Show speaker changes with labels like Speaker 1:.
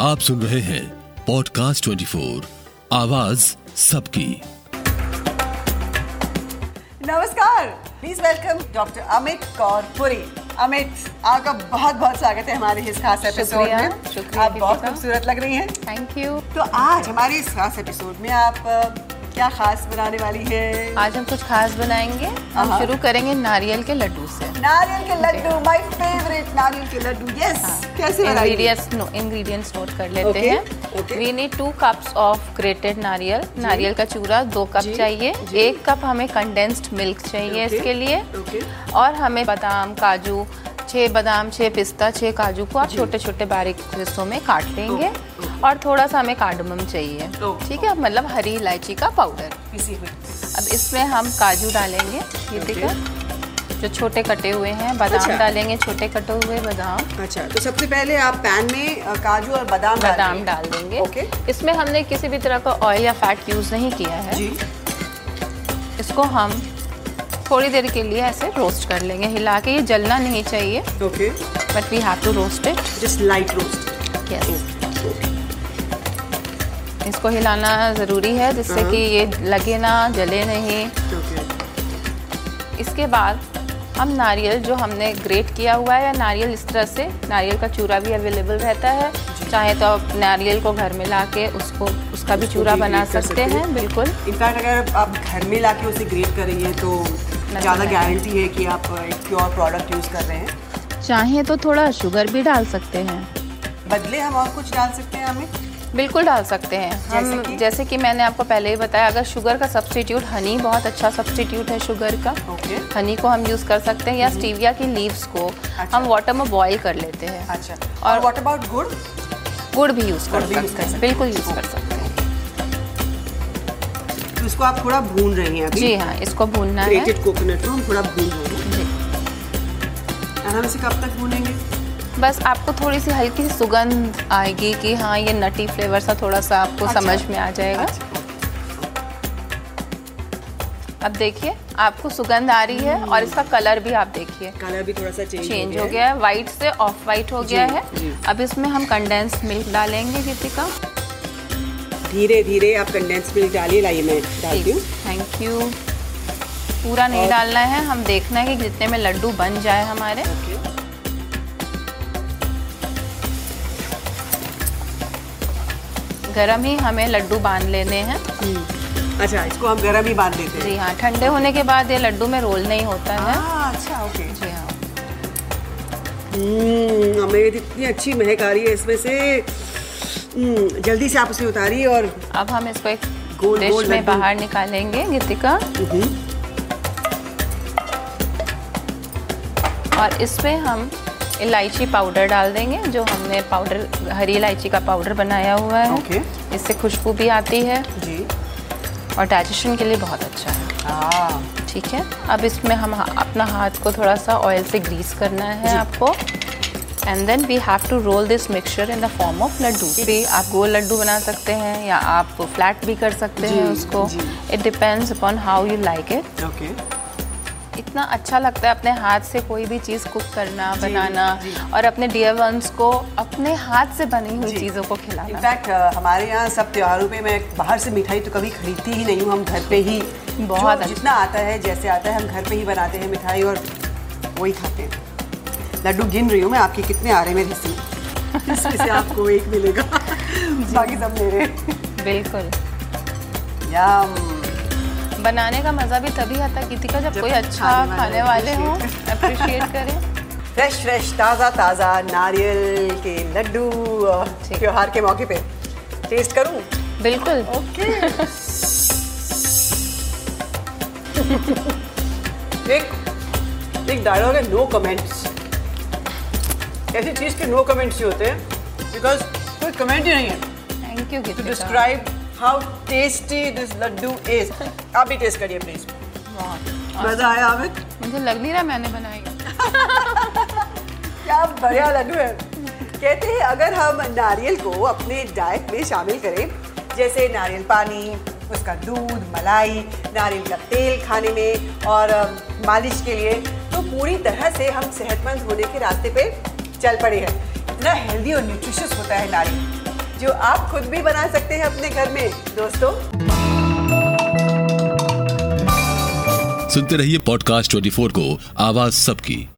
Speaker 1: आप सुन रहे हैं पॉडकास्ट 24 आवाज सबकी
Speaker 2: नमस्कार please welcome doctor Amit Kaur Puri Amit आपका बहुत बहुत स्वागत है हमारे इस खास एपिसोड
Speaker 3: शुक्रिया,
Speaker 2: में
Speaker 3: शुक्रिया
Speaker 2: आप बहुत
Speaker 3: दीपिका।
Speaker 2: खूबसूरत लग रही हैं
Speaker 3: थैंक यू
Speaker 2: तो आज हमारे इस खास एपिसोड में आप अ, क्या खास बनाने वाली है
Speaker 3: आज हम कुछ खास बनाएंगे हम
Speaker 2: हाँ।
Speaker 3: शुरू करेंगे नारियल के लड्डू से
Speaker 2: नारियल के लड्डू माय फेवरेट नारियल के लड्डू यस
Speaker 3: हाँ।
Speaker 2: कैसे बनाएंगे
Speaker 3: इंग्रेडिएंट्स इंग्रेडिएंट्स नोट कर लेते
Speaker 2: Okay,
Speaker 3: हैं
Speaker 2: okay.
Speaker 3: We need two cups of grated नारियल नारियल का चूरा दो कप
Speaker 2: जी,
Speaker 3: चाहिए
Speaker 2: जी।
Speaker 3: एक कप हमें कंडेंस्ड मिल्क चाहिए
Speaker 2: Okay,
Speaker 3: इसके लिए
Speaker 2: okay.
Speaker 3: और हमें बादाम काजू छः बादाम छः पिस्ता छः काजू को आप
Speaker 2: जी।
Speaker 3: छोटे छोटे बारीक हिस्सों में काट लेंगे
Speaker 2: Okay, okay.
Speaker 3: और थोड़ा सा हमें कार्डमम चाहिए
Speaker 2: Okay,
Speaker 3: ठीक है मतलब हरी इलायची का पाउडर
Speaker 2: इसी हुई
Speaker 3: अब इसमें हम काजू डालेंगे ये
Speaker 2: Okay.
Speaker 3: देखो जो छोटे कटे हुए हैं बादाम
Speaker 2: अच्छा।
Speaker 3: डालेंगे छोटे कटे हुए बादाम
Speaker 2: अच्छा तो सबसे पहले आप पैन में अ, काजू और बादाम डाल
Speaker 3: बादाम
Speaker 2: दें।
Speaker 3: डाल देंगे
Speaker 2: Okay.
Speaker 3: इसमें हमने किसी भी तरह का ऑयल या फैट यूज़ नहीं किया है
Speaker 2: जी
Speaker 3: इसको हम थोड़ी देर के लिए ऐसे रोस्ट कर लेंगे हिला के ये जलना नहीं चाहिए
Speaker 2: okay
Speaker 3: but we have to roast it
Speaker 2: just light roast
Speaker 3: yes इसको हिलाना ज़रूरी है जिससे
Speaker 2: हाँ।
Speaker 3: कि ये लगे ना जले नहीं
Speaker 2: ओके
Speaker 3: इसके बाद हम नारियल जो हमने ग्रेट किया हुआ है या नारियल इस तरह से नारियल का चूरा भी अवेलेबल रहता है चाहे तो आप नारियल को घर में ला के उसको उसका भी
Speaker 2: उसको
Speaker 3: चूरा
Speaker 2: भी
Speaker 3: बना
Speaker 2: grate कर सकते
Speaker 3: सकते हैं
Speaker 2: हैं।
Speaker 3: बिल्कुल
Speaker 2: इनफैक्ट अगर आप घर में लाके उसे ग्रेट कर रही है तो ज़्यादा
Speaker 3: है।
Speaker 2: गारंटी है कि आप uh, एक प्योर प्रोडक्ट यूज़ कर रहे हैं
Speaker 3: चाहे तो थोड़ा शुगर भी डाल सकते हैं
Speaker 2: बदले हम और कुछ डाल सकते हैं हमें
Speaker 3: बिल्कुल डाल सकते हैं हम
Speaker 2: जैसे कि?
Speaker 3: जैसे कि मैंने आपको पहले ही बताया अगर शुगर का सब्सटीट्यूट हनी बहुत अच्छा सब्सटीट्यूट है शुगर का
Speaker 2: ओके
Speaker 3: हनी को हम यूज़ कर सकते हैं या स्टीविया की लीव्स को
Speaker 2: हम्म। अच्छा।
Speaker 3: हम वाटर में बॉईल कर लेते हैं
Speaker 2: अच्छा और व्हाट अबाउट गुड़
Speaker 3: गुड़ भी यूज़
Speaker 2: गुड़
Speaker 3: कर
Speaker 2: भी use
Speaker 3: सकते
Speaker 2: कर
Speaker 3: हैं
Speaker 2: सकते हैं।
Speaker 3: बिल्कुल यूज़ कर सकते हैं
Speaker 2: तो इसको आप थोड़ा भून रही हैं अभी
Speaker 3: जी हाँ इसको भूनना है
Speaker 2: ग्रेटेड कोकोनट को हम थोड़ा भून रहे हैं
Speaker 3: जी।
Speaker 2: और हम इसे कब तक भूनेंगे
Speaker 3: बस आपको थोड़ी सी हल्की सी सुगंध आएगी कि हाँ ये नटी फ्लेवर सा थोड़ा सा आपको
Speaker 2: अच्छा।
Speaker 3: समझ में आ जाएगा
Speaker 2: अच्छा
Speaker 3: अब देखिए आपको सुगंध आ रही है और इसका कलर भी आप देखिए
Speaker 2: कलर भी थोड़ा सा चेंज
Speaker 3: चेंज हो गया है वाइट से ऑफ वाइट हो
Speaker 2: जी,
Speaker 3: गया है
Speaker 2: जी।
Speaker 3: अब इसमें हम कंडेंस मिल्क डालेंगे दीपिका
Speaker 2: धीरे धीरे आप कंडेंस मिल्क डालिए लाइए मैं डालती हूँ
Speaker 3: थैंक यू पूरा नहीं
Speaker 2: और-
Speaker 3: डालना है हम देखना है कि जितने में लड्डू बन जाए हमारे
Speaker 2: ओके।
Speaker 3: गरम ही हमें लड्डू बांध लेने हैं
Speaker 2: अच्छा इसको हम गर्म ही बांध देते हैं
Speaker 3: जी हाँ ठंडे होने के बाद ये लड्डू में रोल नहीं होता है
Speaker 2: हाँ, अच्छा ओके
Speaker 3: जी हाँ
Speaker 2: हम्म, अमेर इतनी अच्छी महक आ रही है इसमें से हम्म, जल्दी से आप उसे उतारिए और
Speaker 3: अब हम इसको एक
Speaker 2: गोल-
Speaker 3: डिश
Speaker 2: गोल
Speaker 3: में
Speaker 2: लड्डू।
Speaker 3: बाहर निकालेंगे गीतिका और इसमें हम इलायची पाउडर डाल देंगे जो हमने पाउडर हरी इलायची का पाउडर बनाया हुआ है
Speaker 2: ओके।
Speaker 3: इससे खुशबू भी आती है
Speaker 2: जी
Speaker 3: और डाइजेशन के लिए बहुत अच्छा है
Speaker 2: हाँ
Speaker 3: ठीक है अब इसमें हम हा- अपना हाथ को थोड़ा सा ऑयल से ग्रीस करना है आपको and then we have to roll this mixture in the form of laddoo भी आप गोल लड्डू बना सकते हैं या आप फ्लैट भी कर सकते
Speaker 2: जी,
Speaker 3: हैं उसको
Speaker 2: जी।
Speaker 3: It depends upon how you like it
Speaker 2: okay
Speaker 3: इतना अच्छा लगता है अपने हाथ से कोई भी चीज़ कुक करना
Speaker 2: जी,
Speaker 3: बनाना
Speaker 2: जी।
Speaker 3: और अपने डियर वंस को अपने हाथ से बनी हुई
Speaker 2: जी।
Speaker 3: चीज़ों को खिलाना
Speaker 2: इनफैक्ट हमारे यहाँ सब त्योहारों पे मैं बाहर से मिठाई तो कभी खरीदती ही नहीं हूँ हम घर पे ही
Speaker 3: बहुत
Speaker 2: जो
Speaker 3: अच्छा।
Speaker 2: जितना आता है जैसे आता है हम घर पे ही बनाते हैं मिठाई और वही खाते हैं लड्डू गिन रही हूँ मैं आपके कितने आ रहे हैं मेरे हिस्से में इसमें से आपको एक मिलेगा बाकी सब मेरे
Speaker 3: बिल्कुल
Speaker 2: यम
Speaker 3: बनाने का मज़ा भी तभी आता है गीतिका जब
Speaker 2: जब
Speaker 3: कोई अच्छा
Speaker 2: खाने वाले
Speaker 3: खाने वाले हों
Speaker 2: appreciate
Speaker 3: अप्रिशिएट करें
Speaker 2: फ्रेश फ्रेश ताज़ा ताज़ा नारियल के लड्डू अ,
Speaker 3: ठीक।
Speaker 2: त्योहार के मौके पे टेस्ट करूं
Speaker 3: बिल्कुल
Speaker 2: ओके एक एक डायलॉग है नो कमेंट्स ऐसी चीज़ के नो कमेंट्स ही होते हैं बिकॉज कोई कमेंट ही नहीं है
Speaker 3: thank you
Speaker 2: to
Speaker 3: Geetika
Speaker 2: describe how tasty this laddoo is आप भी टेस्ट करिए प्लीज मज़ा आया आमिर
Speaker 3: मुझे लग नहीं रहा मैंने बनाई
Speaker 2: क्या बढ़िया लड्डू है कहते हैं अगर हम नारियल को अपने डाइट में शामिल करें जैसे नारियल पानी उसका दूध मलाई नारियल का तेल खाने में और अ, मालिश के लिए तो पूरी तरह से हम सेहतमंद होने के रास्ते पे चल पड़े हैं इतना हेल्दी और न्यूट्रिशियस होता है नारियल जो आप खुद भी बना सकते हैं अपने घर में दोस्तों
Speaker 1: सुनते रहिए पॉडकास्ट 24 को आवाज सबकी